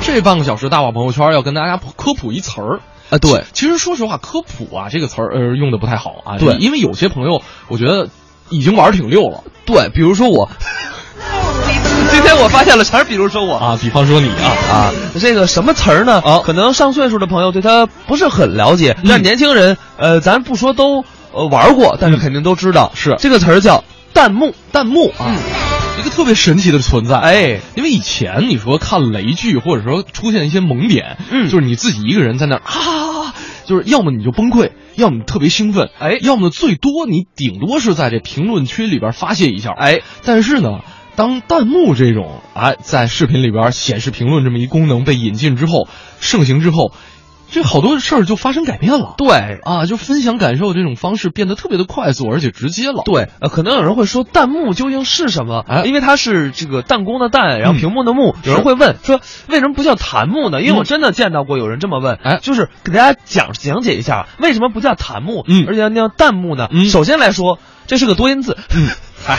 这半个小时大话朋友圈要跟大家科普一词儿。啊，对，其实说实话，科普啊这个词儿呃用的不太好啊，对因为有些朋友我觉得已经玩儿挺溜了对，比如 说我，今天我发现了，全是比如说我啊，比方说你啊，啊，这个什么词儿呢？啊嗯可能上岁数的朋友对它不是很了解，但是年轻人，呃，咱不说都呃玩过，但是肯定都知道，嗯是这个词儿叫弹幕，弹幕啊，嗯一个特别神奇的存在。哎，因为以前你说看雷剧，或者说出现一些萌点，嗯就是你自己一个人在那儿啊，就是要么你就崩溃，要么你特别兴奋，哎要么最多你顶多是在这评论区里边发泄一下，哎，但是呢，当弹幕这种啊在视频里边显示评论这么一功能被引进之后，盛行之后，这好多事儿就发生改变了。对。啊，就分享感受这种方式变得特别的快速，而且直接了。对，呃，可能有人会说弹幕究竟是什么？哎因为它是这个弹弓的弹，然后嗯屏幕的幕。有人是会问说，为什么不叫弹幕呢？因为嗯我真的见到过有人这么问，哎就是给大家讲讲解一下为什么不叫弹幕，嗯而且要叫弹幕呢？嗯首先来说，这是个多音字，嗯，哎，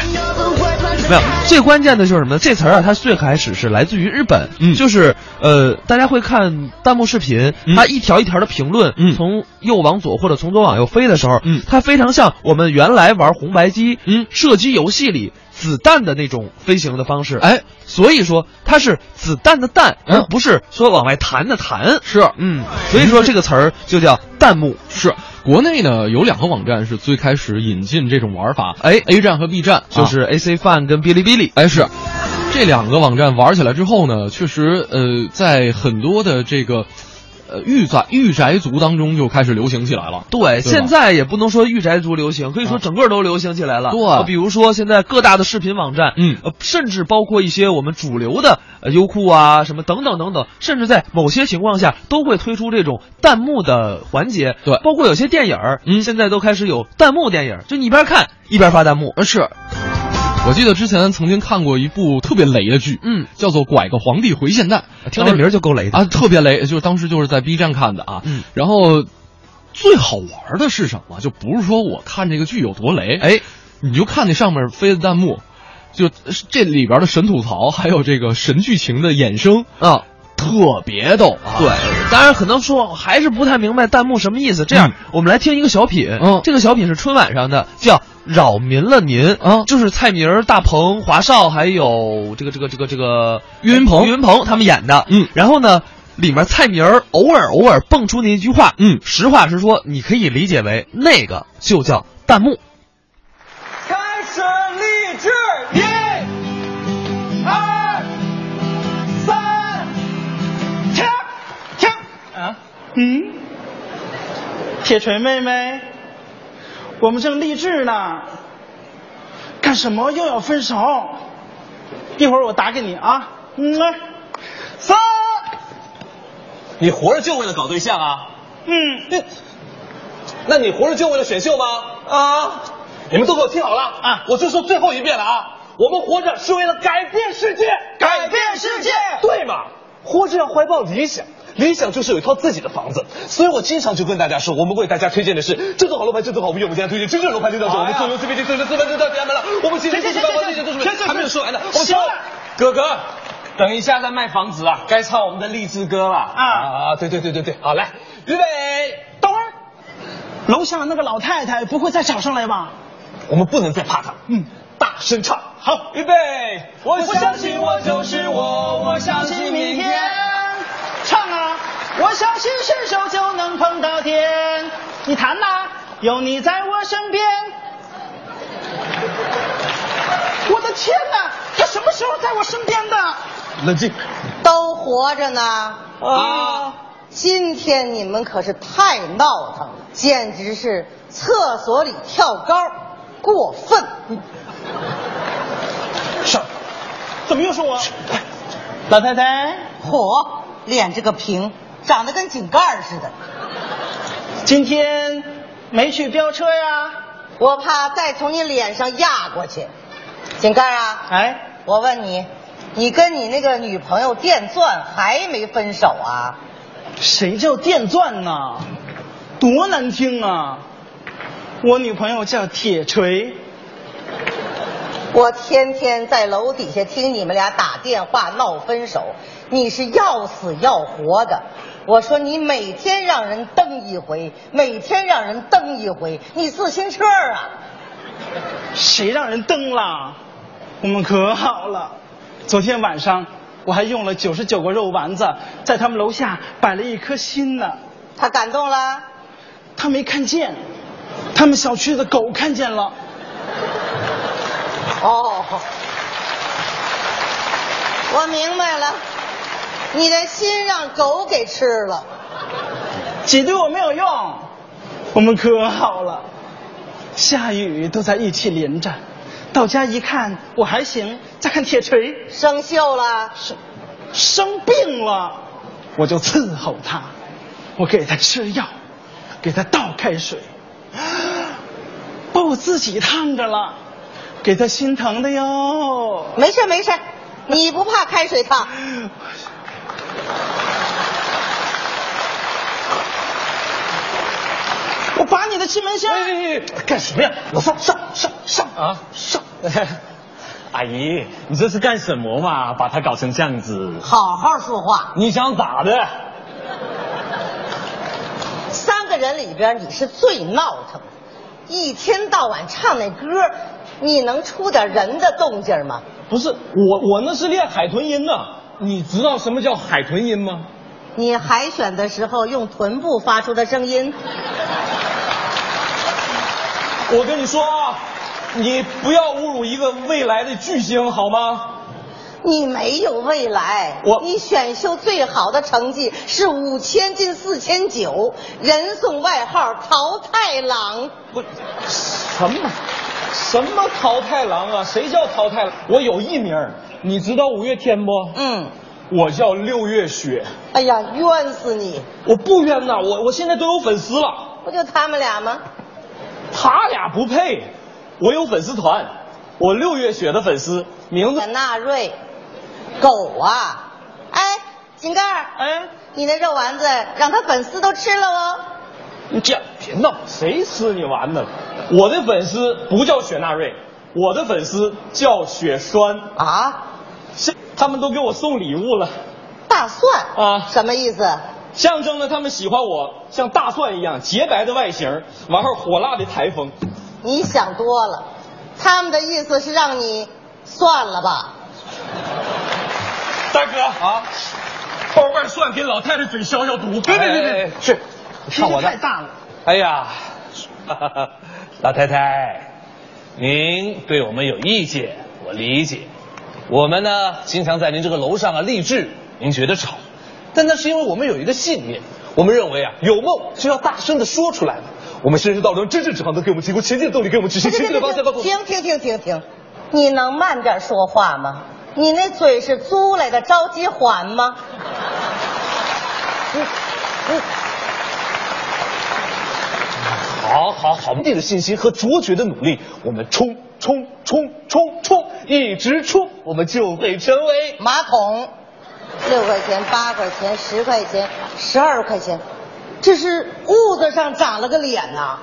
没有，最关键的就是什么呢？这词儿啊，它最开始是来自于日本，嗯就是呃，大家会看弹幕视频，嗯它一条一条的评论，嗯从右往左或者从左往右飞的时候，嗯它非常像我们原来玩红白机，嗯射击游戏里子弹的那种飞行的方式，，哎，所以说它是子弹的弹，嗯而不是说往外弹的弹，是嗯，所以说这个词儿就叫弹幕，是，国内呢有两个网站是最开始引进这种玩法，哎，A 站和 B 站，就啊是 AC Fun 跟哔哩哔哩，哎，是这两个网站玩起来之后呢，确实，呃，在很多的这个，呃，御宅御宅族当中就开始流行起来了。对，吧现在也不能说御宅族流行，可以说啊整个都流行起来了。对呃比如说现在各大的视频网站，嗯呃，甚至包括一些我们主流的、呃、优酷啊什么等等等等，甚至在某些情况下都会推出这种弹幕的环节。对包括有些电影儿，嗯现在都开始有弹幕电影儿，就你一边看一边发弹幕。呃，是，我记得之前曾经看过一部特别雷的剧，嗯，叫做《拐个皇帝回现代》，听这名儿就够雷的啊，特别雷，就是当时就是在 B 站看的啊。嗯然后最好玩的是什么？就不是说我看这个剧有多雷，哎，你就看那上面飞的弹幕，就这里边的神吐槽，还有这个神剧情的衍生，啊、特别逗啊。对，当然可能说还是不太明白弹幕什么意思。这样，嗯我们来听一个小品。嗯这个小品是春晚上的，叫《扰民了您》嗯就是蔡明儿、大鹏、华少还有这个这个这个这个岳云鹏岳云鹏他们演的。嗯然后呢，里面蔡明儿偶尔偶尔蹦出那一句话，嗯实话实说，你可以理解为那个就叫弹幕。开始励志，一、二、三，停停啊，嗯，铁锤妹妹，我们正励志呢，干什么又要分手？一会儿我打给你啊，嗯，哎三，你活着就为了搞对象啊？嗯那那你活着就为了选秀吗？啊！你们都给我听好了啊我就说最后一遍了啊！我们活着是为了改变世界，改变世界对嘛？活着要怀抱理想，理想就是有一套自己的房子。所以我经常就跟大家说，我们为大家推荐的是这栋好楼盘，这栋好物业，我们今天推荐这栋楼盘，这栋好我们做 UCBT，这这这这这这门了，我们今天这这这这这这这还没有说完呢，我们行说了。哥哥，等一下再卖房子啊，该唱我们的励志歌了啊啊！对对对对对，好来，预备。等会儿，楼下那个老太太不会再找上来吧？我们不能再怕他。嗯，大声唱，好，预备。我相信我就是我，我相信明天。，唱啊！我相信伸手就能碰到天。你弹呐、有你在我身边。我的天哪，他什么时候在我身边的？冷静。都活着呢。啊！今天你们可是太闹腾了，简直是厕所里跳高，过分！上，怎么又是我？老太太，火脸这个平，长得跟井盖似的。今天没去飙车呀？我怕再从你脸上压过去。井盖啊，哎，我问你，你跟你那个女朋友电钻还没分手啊？谁叫电钻呢？多难听啊！我女朋友叫铁锤。我天天在楼底下听你们俩打电话闹分手，你是要死要活的。我说你每天让人蹬一回，每天让人蹬一回，你自行车啊！谁让人蹬了？我们可好了。昨天晚上我还用了九十九个肉丸子，在他们楼下摆了一颗心呢。他感动了，他没看见，他们小区的狗看见了。哦，我明白了，你的心让狗给吃了。挤兑我没有用，我们可好了。下雨都在一起淋着，到家一看我还行，再看铁锤生锈了，生生病了，我就伺候他，我给他吃药，给他倒开水， 把我自己烫着了，给他心疼的哟。没事没事，你不怕开水烫？我拔你的气门哎芯儿。干什么呀？老三，上上上啊上！ 阿姨，你这是干什么嘛？把他搞成这样子，好好说话。你想咋的？三个人里边你是最闹腾的，一天到晚唱那歌，你能出点人的动静吗？不是我，我那是练海豚音呢。你知道什么叫海豚音吗？你海选的时候用臀部发出的声音，我跟你说啊，你不要侮辱一个未来的巨星好吗？你没有未来。我你选秀最好的成绩是五千进四千九，人送外号“淘汰郎不，什么什么淘太郎啊？谁叫淘太郎？我有艺名儿，你知道五月天不？”。嗯，我叫六月雪。哎呀，冤死你！我不冤呐，我我现在都有粉丝了。不就他们俩吗？他俩不配，我有粉丝团，我六月雪的粉丝名字贾纳瑞，狗啊！哎，井盖儿，哎，你那肉丸子让他粉丝都吃了哦。你这别闹，谁吃你丸子？我的粉丝不叫雪纳瑞，我的粉丝叫雪栓，啊，是他们都给我送礼物了，大蒜啊什么意思？象征着他们喜欢我像大蒜一样洁白的外形，完后火辣的台风。你想多了，他们的意思是让你算了吧。大哥啊，包瓣蒜给老太太嘴消消毒。哎别别别别，去，脾气太大了。哎呀， 老太太，您对我们有意见，我理解。我们呢，经常在您这个楼上啊励志，您觉得吵，但那是因为我们有一个信念，我们认为啊，有梦就要大声的说出来嘛。我们深深道德真正指航能给我们提供前进的动力，给我们指向前进的方向，告诉我们。停停停停停，你能慢点说话吗？你那嘴是租来的着急还吗？好好好，我们的信心和卓绝的努力，我们冲冲冲冲冲，一直冲，我们就会成为。马桶，六块钱、八块钱、十块钱、十二块钱，这是痦子上长了个脸呐、